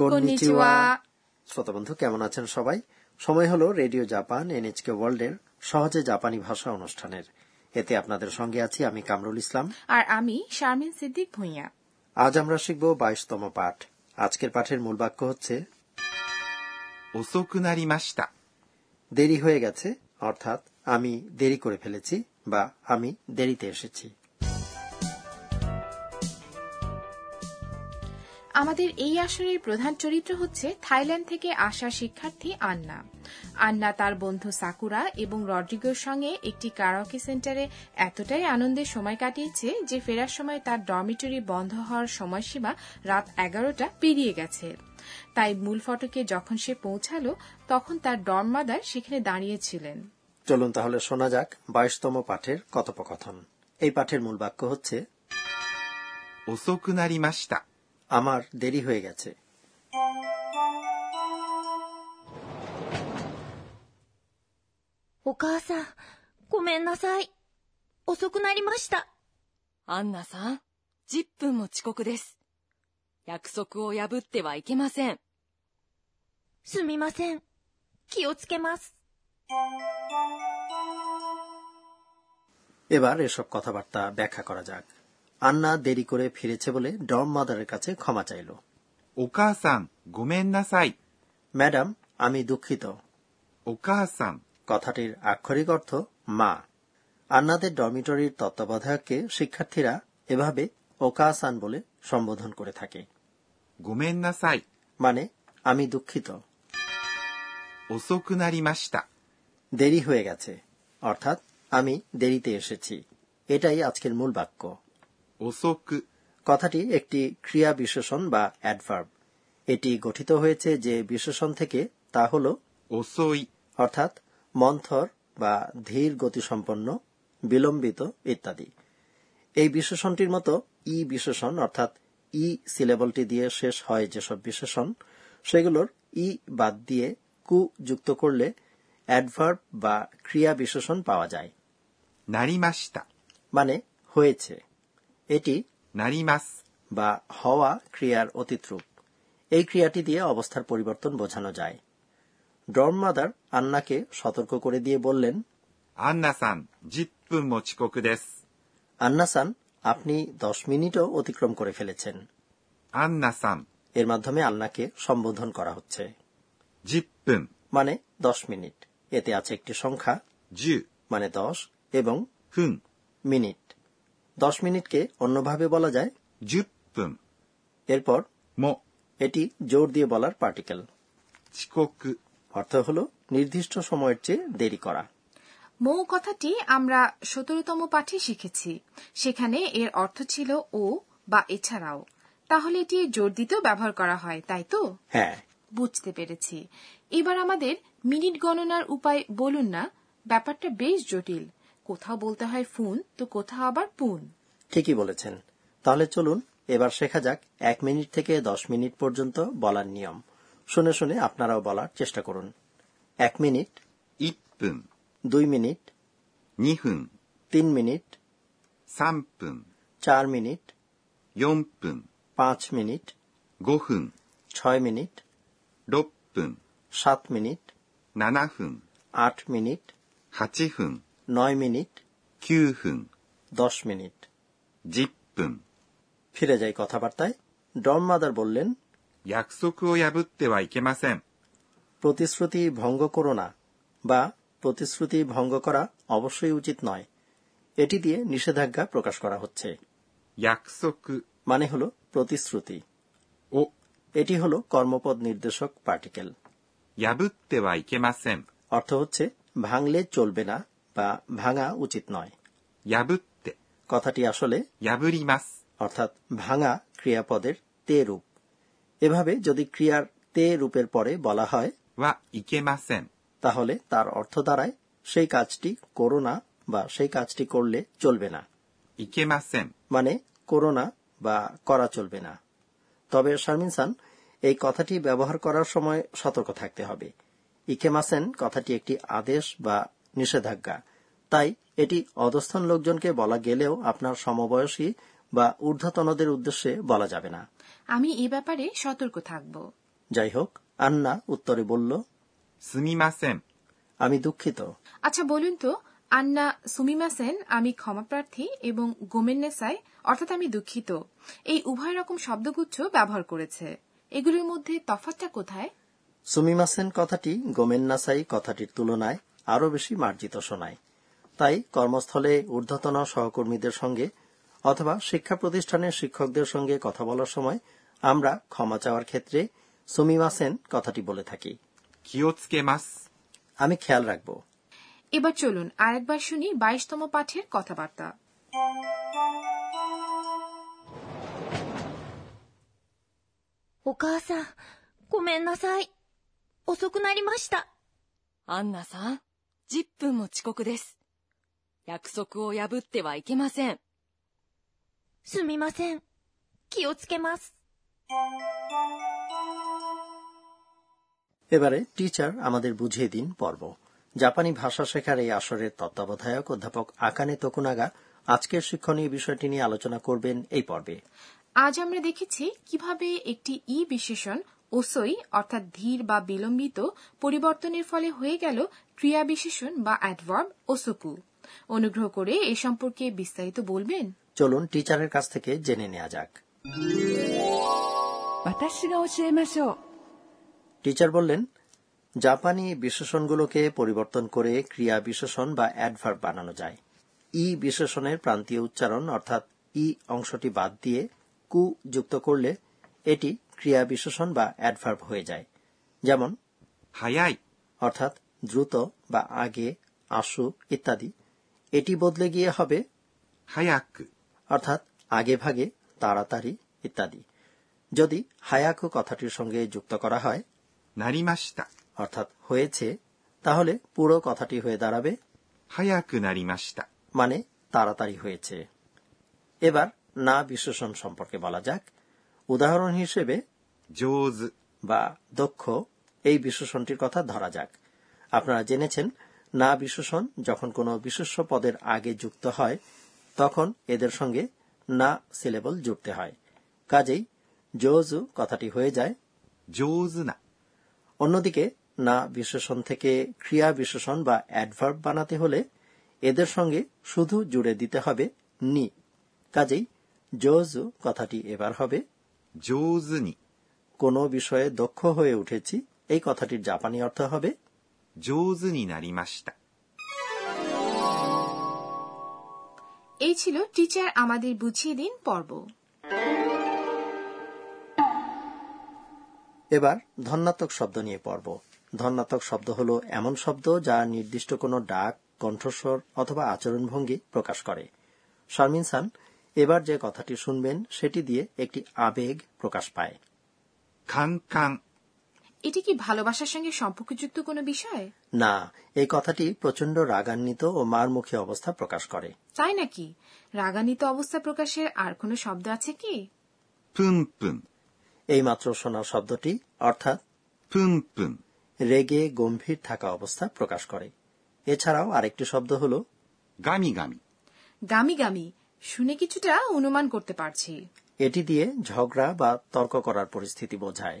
Konnichiwa. শ্রোতা বন্ধু কেমন আছেন সবাই সময় হলো রেডিও জাপান এনএচকে ওয়ার্ল্ডের সহজে জাপানি ভাষা অনুষ্ঠানের এতে আপনাদের সঙ্গে আছি আমি কামরুল ইসলাম আর আমি শারমিন সিদ্দিক ভুঁইয়া আজ আমরা শিখব বাইশতম পাঠ আজকের পাঠের মূল বাক্য হচ্ছে 遅くなりました。 দেরি হয়ে গেছে অর্থাৎ আমি দেরি করে ফেলেছি বা আমি দেরিতে এসেছি আমাদের এই আসরের প্রধান চরিত্র হচ্ছে থাইল্যান্ড থেকে আসা শিক্ষার্থী আন্না আন্না তার বন্ধু সাকুরা এবং রড্রিগোর সঙ্গে একটি কারাওকে সেন্টারে এতটাই আনন্দে সময় কাটিয়েছে যে ফেরার সময় তার ডরমিটরি বন্ধ হওয়ার সময়সীমা রাত এগারোটা পেরিয়ে গেছে তাই মূল ফটকে যখন সে পৌঁছালো তখন তার ডরমাদার সেখানে দাঁড়িয়েছিলেন চলুন তাহলে শোনা যাক বাইশতম পাঠের কথোপকথন এই পাঠের মূল বাক্য হচ্ছে 遅くなりました。 আমার দেরি হয়ে গেছে お母さん、ごめんなさい。遅くなりました。アンナさん、10分も遅刻です。約束を破ってはいけません。すみません。気をつけます。 এবার এসব কথাবার্তা ব্যাখ্যা করা যাক আন্না দেরি করে ফিরেছে বলে ডম মাদারের কাছে ক্ষমা চাইল お母さん、ごめんなさい。 ম্যাডাম আমি দুঃখিত お母さん、 কথাটির আক্ষরিক অর্থ মা আন্নাদের ডরমিটরির তত্ত্বাবধায়ককে শিক্ষার্থীরা এভাবে ওকাসান বলে সম্বোধন করে থাকে ごめんなさい。 মানে আমি দুঃখিত 遅くなりました。 দেরি হয়ে গেছে অর্থাৎ আমি দেরিতে এসেছি এটাই আজকের মূল বাক্য 遅く、 কথাটি একটি ক্রিয়া বিশেষণ বা অ্যাডভার্ব এটি গঠিত হয়েছে যে বিশেষণ থেকে তা হল 遅い、 অর্থাৎ মন্থর বা ধীর গতিসম্পন্ন বিলম্বিত ইত্যাদি এই বিশেষণটির মতো ই বিশেষণ অর্থাৎ ই সিলেবলটি দিয়ে শেষ হয় যেসব বিশেষণ সেগুলোর ই বাদ দিয়ে কু যুক্ত করলে অ্যাডভার্ব বা ক্রিয়া বিশেষণ পাওয়া যায় なりました。 মানে হয়েছে এটি なります。 বা হওয়া ক্রিয়ার অতীত রূপ এই ক্রিয়াটি দিয়ে অবস্থার পরিবর্তন বোঝানো যায় ডর্ম মাদার আন্নাকে সতর্ক করে দিয়ে বললেন アンナさん、10分も遅刻です。 আন্নাসান আপনি দশ মিনিটও অতিক্রম করে ফেলেছেন アンナさん、 এর মাধ্যমে আন্নাকে সম্বোধন করা হচ্ছে 10分、 মানে দশ মিনিট এতে আছে একটি সংখ্যা 10 মানে দশ এবং 分、 মিনিট দশ মিনিটকে অন্যভাবে বলা যায় 10分、 এরপর も、 এটি জোর দিয়ে বলার পার্টিকেল 遅刻、 অর্থ হল নির্দিষ্ট সময়ের চেয়ে দেরি করা মৌ কথাটি আমরা সতেরোতম পাঠে শিখেছি সেখানে এর অর্থ ছিল ও বা এছাড়াও তাহলে এটি জোর দিতেও ব্যবহার করা হয় তাই তো হ্যাঁ বুঝতে পেরেছি এবার আমাদের মিনিট গণনার উপায় বলুন না ব্যাপারটা বেশ জটিল কোথাও বলতে হয় ফুন তো কোথাও আবার পুন ঠিকই বলেছেন তাহলে চলুন এবার শেখা যাক এক মিনিট থেকে দশ মিনিট পর্যন্ত বলার নিয়ম শুনে শুনে আপনারাও বলার চেষ্টা করুন এক মিনিট 1分、 দুই মিনিট 2分、 তিন মিনিট 3分、 চার মিনিট 4分、 পাঁচ মিনিট 5分、 ছয় মিনিট 6分、 সাত মিনিট 7分、 আট মিনিট 8分、 নয় মিনিট 9分、 দশ মিনিট 10分。 ফিরে যাই কথাবার্তায় ডম মাদার বললেন 約束を破ってはいけません。 প্রতিশ্রুতি ভঙ্গ করো না বা প্রতিশ্রুতি ভঙ্গ করা অবশ্যই উচিত নয় এটি দিয়ে নিষেধাজ্ঞা প্রকাশ করা হচ্ছে 約束 মানে হল প্রতিশ্রুতি を এটি হল কর্মপদ নির্দেশক পার্টিকেল 破ってはいけません。 অর্থ হচ্ছে ভাঙলে চলবে না বা ভাঙা উচিত নয় 破って、 কথাটি আসলে 破ります。 অর্থাৎ ভাঙা ক্রিয়াপদের তে রূপ এভাবে যদি ক্রিয়ার তে রূপের পরে বলা হয় はいけません。 তাহলে তার অর্থ দাঁড়ায় সেই কাজটি করো না বা সেই কাজটি করলে চলবে না いけません。 মানে করো না বা করা চলবে না তবে শারমিন সান এই কথাটি ব্যবহার করার সময় সতর্ক থাকতে হবে ইকেমাসেন কথাটি একটি আদেশ বা নিষেধাজ্ঞা তাই এটি অধস্থন লোকজনকে বলা গেলেও আপনার সমবয়সী বা ঊর্ধ্বতনদের উদ্দেশ্যে বলা যাবে না আমি এ ব্যাপারে সতর্ক থাকব যাই হোক আন্না উত্তরে বলল すみません。 আমি দুঃখিত আচ্ছা বলুন তো আন্না সুমিমাসেন আমি ক্ষমাপ্রার্থী এবং গোমেন্নেসাই অর্থাৎ আমি দুঃখিত এই উভয় রকম শব্দগুচ্ছ ব্যবহার করেছে এগুলির মধ্যে তফাৎটা কোথায় সুমিমাসেন কথাটি গোমেন্নাসাই কথাটির তুলনায় আরও বেশি মার্জিত শোনায় তাই কর্মস্থলে ঊর্ধ্বতন সহকর্মীদের সঙ্গে অথবা শিক্ষা প্রতিষ্ঠানের শিক্ষকদের সঙ্গে কথা বলার সময় আমরা ক্ষমা চাওয়ার ক্ষেত্রে সুমিমাসেন কথাটি বলে থাকি 気をつけます。 আমি খেয়াল রাখব এবার চলুন আরেকবার শুনি বাইশতম পাঠের কথাবার্তা お母さん、ごめんなさい。遅くなりました。アンナさん、10分も遅刻です。約束を破ってはいけません。すみません。気をつけます。 এবারে টিচার আমাদের বুঝিয়ে দিন পর্ব জাপানি ভাষা শেখার এই আসরের তত্ত্বাবধায়ক অধ্যাপক আকানে তকুনাগা আজকের শিক্ষণীয় বিষয়টি নিয়ে আলোচনা করবেন এই পর্বে আজ আমরা দেখেছি কিভাবে একটি ই বিশেষণ ওসই অর্থাৎ ধীর বা বিলম্বিত পরিবর্তনের ফলে হয়ে গেল ক্রিয়া বিশেষণ বা অ্যাডভার্ব ওসুকু অনুগ্রহ করে এ সম্পর্কে বিস্তারিত বলবেন চলুন টিচারের কাছ থেকে জেনে নেওয়া যাক 私が教えましょう টিচার বললেন জাপানি বিশেষণগুলোকে পরিবর্তন করে ক্রিয়া বিশেষণ বা অ্যাডভার্ব বানানো যায় ই বিশেষণের প্রান্তীয় উচ্চারণ অর্থাৎ ই অংশটি বাদ দিয়ে কু যুক্ত করলে এটি ক্রিয়া বিশেষণ বা অ্যাডভার্ব হয়ে যায় যেমন 早い、 অর্থাৎ দ্রুত বা আগে আসু ইত্যাদি এটি বদলে গিয়ে হবে 早く、 অর্থাৎ আগে ভাগে তাড়াতাড়ি ইত্যাদি যদি হায়াকু কথাটির সঙ্গে যুক্ত করা হয় なりました。 অর্থাৎ হয়েছে তাহলে পুরো কথাটি হয়ে দাঁড়াবে 早くなりました。 মানে তাড়াতাড়ি হয়েছে এবার না বিশেষণ সম্পর্কে বলা যাক উদাহরণ হিসেবে 上手、 বা দক্ষ এই বিশেষণটির কথা ধরা যাক আপনারা জেনেছেন না বিশেষণ যখন কোনো বিশেষ্য পদের আগে যুক্ত হয় তখন এদের সঙ্গে না সিলেবল যুক্ত হয় কাজেই জোজু কথাটি হয়ে যায় 上手な、 অন্যদিকে না বিশেষণ থেকে ক্রিয়া বিশেষণ বা অ্যাডভার্ব বানাতে হলে এদের সঙ্গে শুধু জুড়ে দিতে হবে নি কাজেই জোজু কথাটি এবার হবে 上手に、 কোনো বিষয়ে দক্ষ হয়ে উঠেছি এই কথাটির জাপানি অর্থ হবে 上手になりました。 এই ছিল টিচার আমাদের বুঝিয়ে দিন পর্ব এবার ধন্যাত্মক শব্দ নিয়ে পড়ব ধন্যাত্মক শব্দ হলো এমন শব্দ যা নির্দিষ্ট কোনো ডাক কণ্ঠস্বর অথবা আচরণভঙ্গি প্রকাশ করে শারমিন সান এবার যে কথাটি শুনবেন সেটি দিয়ে একটি আবেগ প্রকাশ পায় カンカン、 এটি কি ভালোবাসার সঙ্গে সম্পর্কযুক্ত কোনো বিষয় না এই কথাটি প্রচণ্ড রাগান্বিত ও মারমুখী অবস্থা প্রকাশ করে তাই নাকি রাগান্বিত অবস্থা প্রকাশের আর কোনো শব্দ আছে কি プンプン、 এইমাত্র শোনা শব্দটি অর্থাৎ プンプン、 রেগে গম্ভীর থাকা অবস্থা প্রকাশ করে এছাড়াও আরেকটি শব্দ হলো ガミガミ、 গামি গামি শুনে কিছুটা অনুমান করতে পারছি এটি দিয়ে ঝগড়া বা তর্ক করার পরিস্থিতি বোঝায়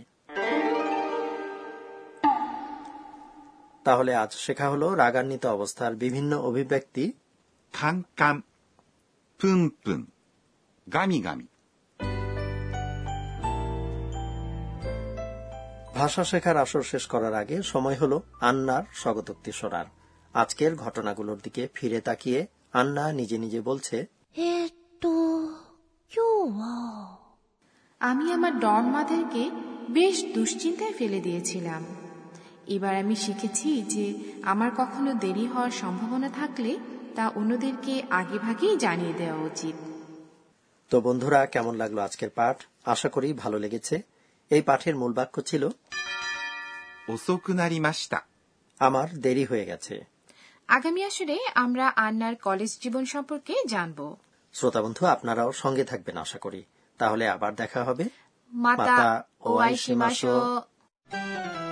তাহলে আজ শেখা হলো রাগান্বিত অবস্থার বিভিন্ন অভিব্যক্তি カンカン、プンプン、ガミガミ、 ভাষা শেখার আসর শেষ করার আগে সময় হলো আন্নার স্বগতোক্তি শোনার আজকের ঘটনাগুলোর দিকে ফিরে তাকিয়ে আন্না নিজে নিজে বলছে えーっと、今日は、 আমি আমার ডন মাদারকে বেশ দুশ্চিন্তায় ফেলে দিয়েছিলাম এবার আমি শিখেছি যে আমার কখনো দেরি হওয়ার সম্ভাবনা থাকলে তা অন্যদেরকে আগেভাগেই জানিয়ে দেওয়া উচিত তো বন্ধুরা কেমন লাগলো আজকের পাঠ আশা করি ভালো লেগেছে এই পাঠের মূল বাক্য ছিল 遅くなりました。 আমার দেরি হয়ে গেছে আগামী আসরে আমরা আন্নার কলেজ জীবন সম্পর্কে জানব শ্রোতা বন্ধু আপনারাও সঙ্গে থাকবেন আশা করি তাহলে আবার দেখা হবে মাতা মাতা ও আইসিমাশো ওয়াইশিমাশো।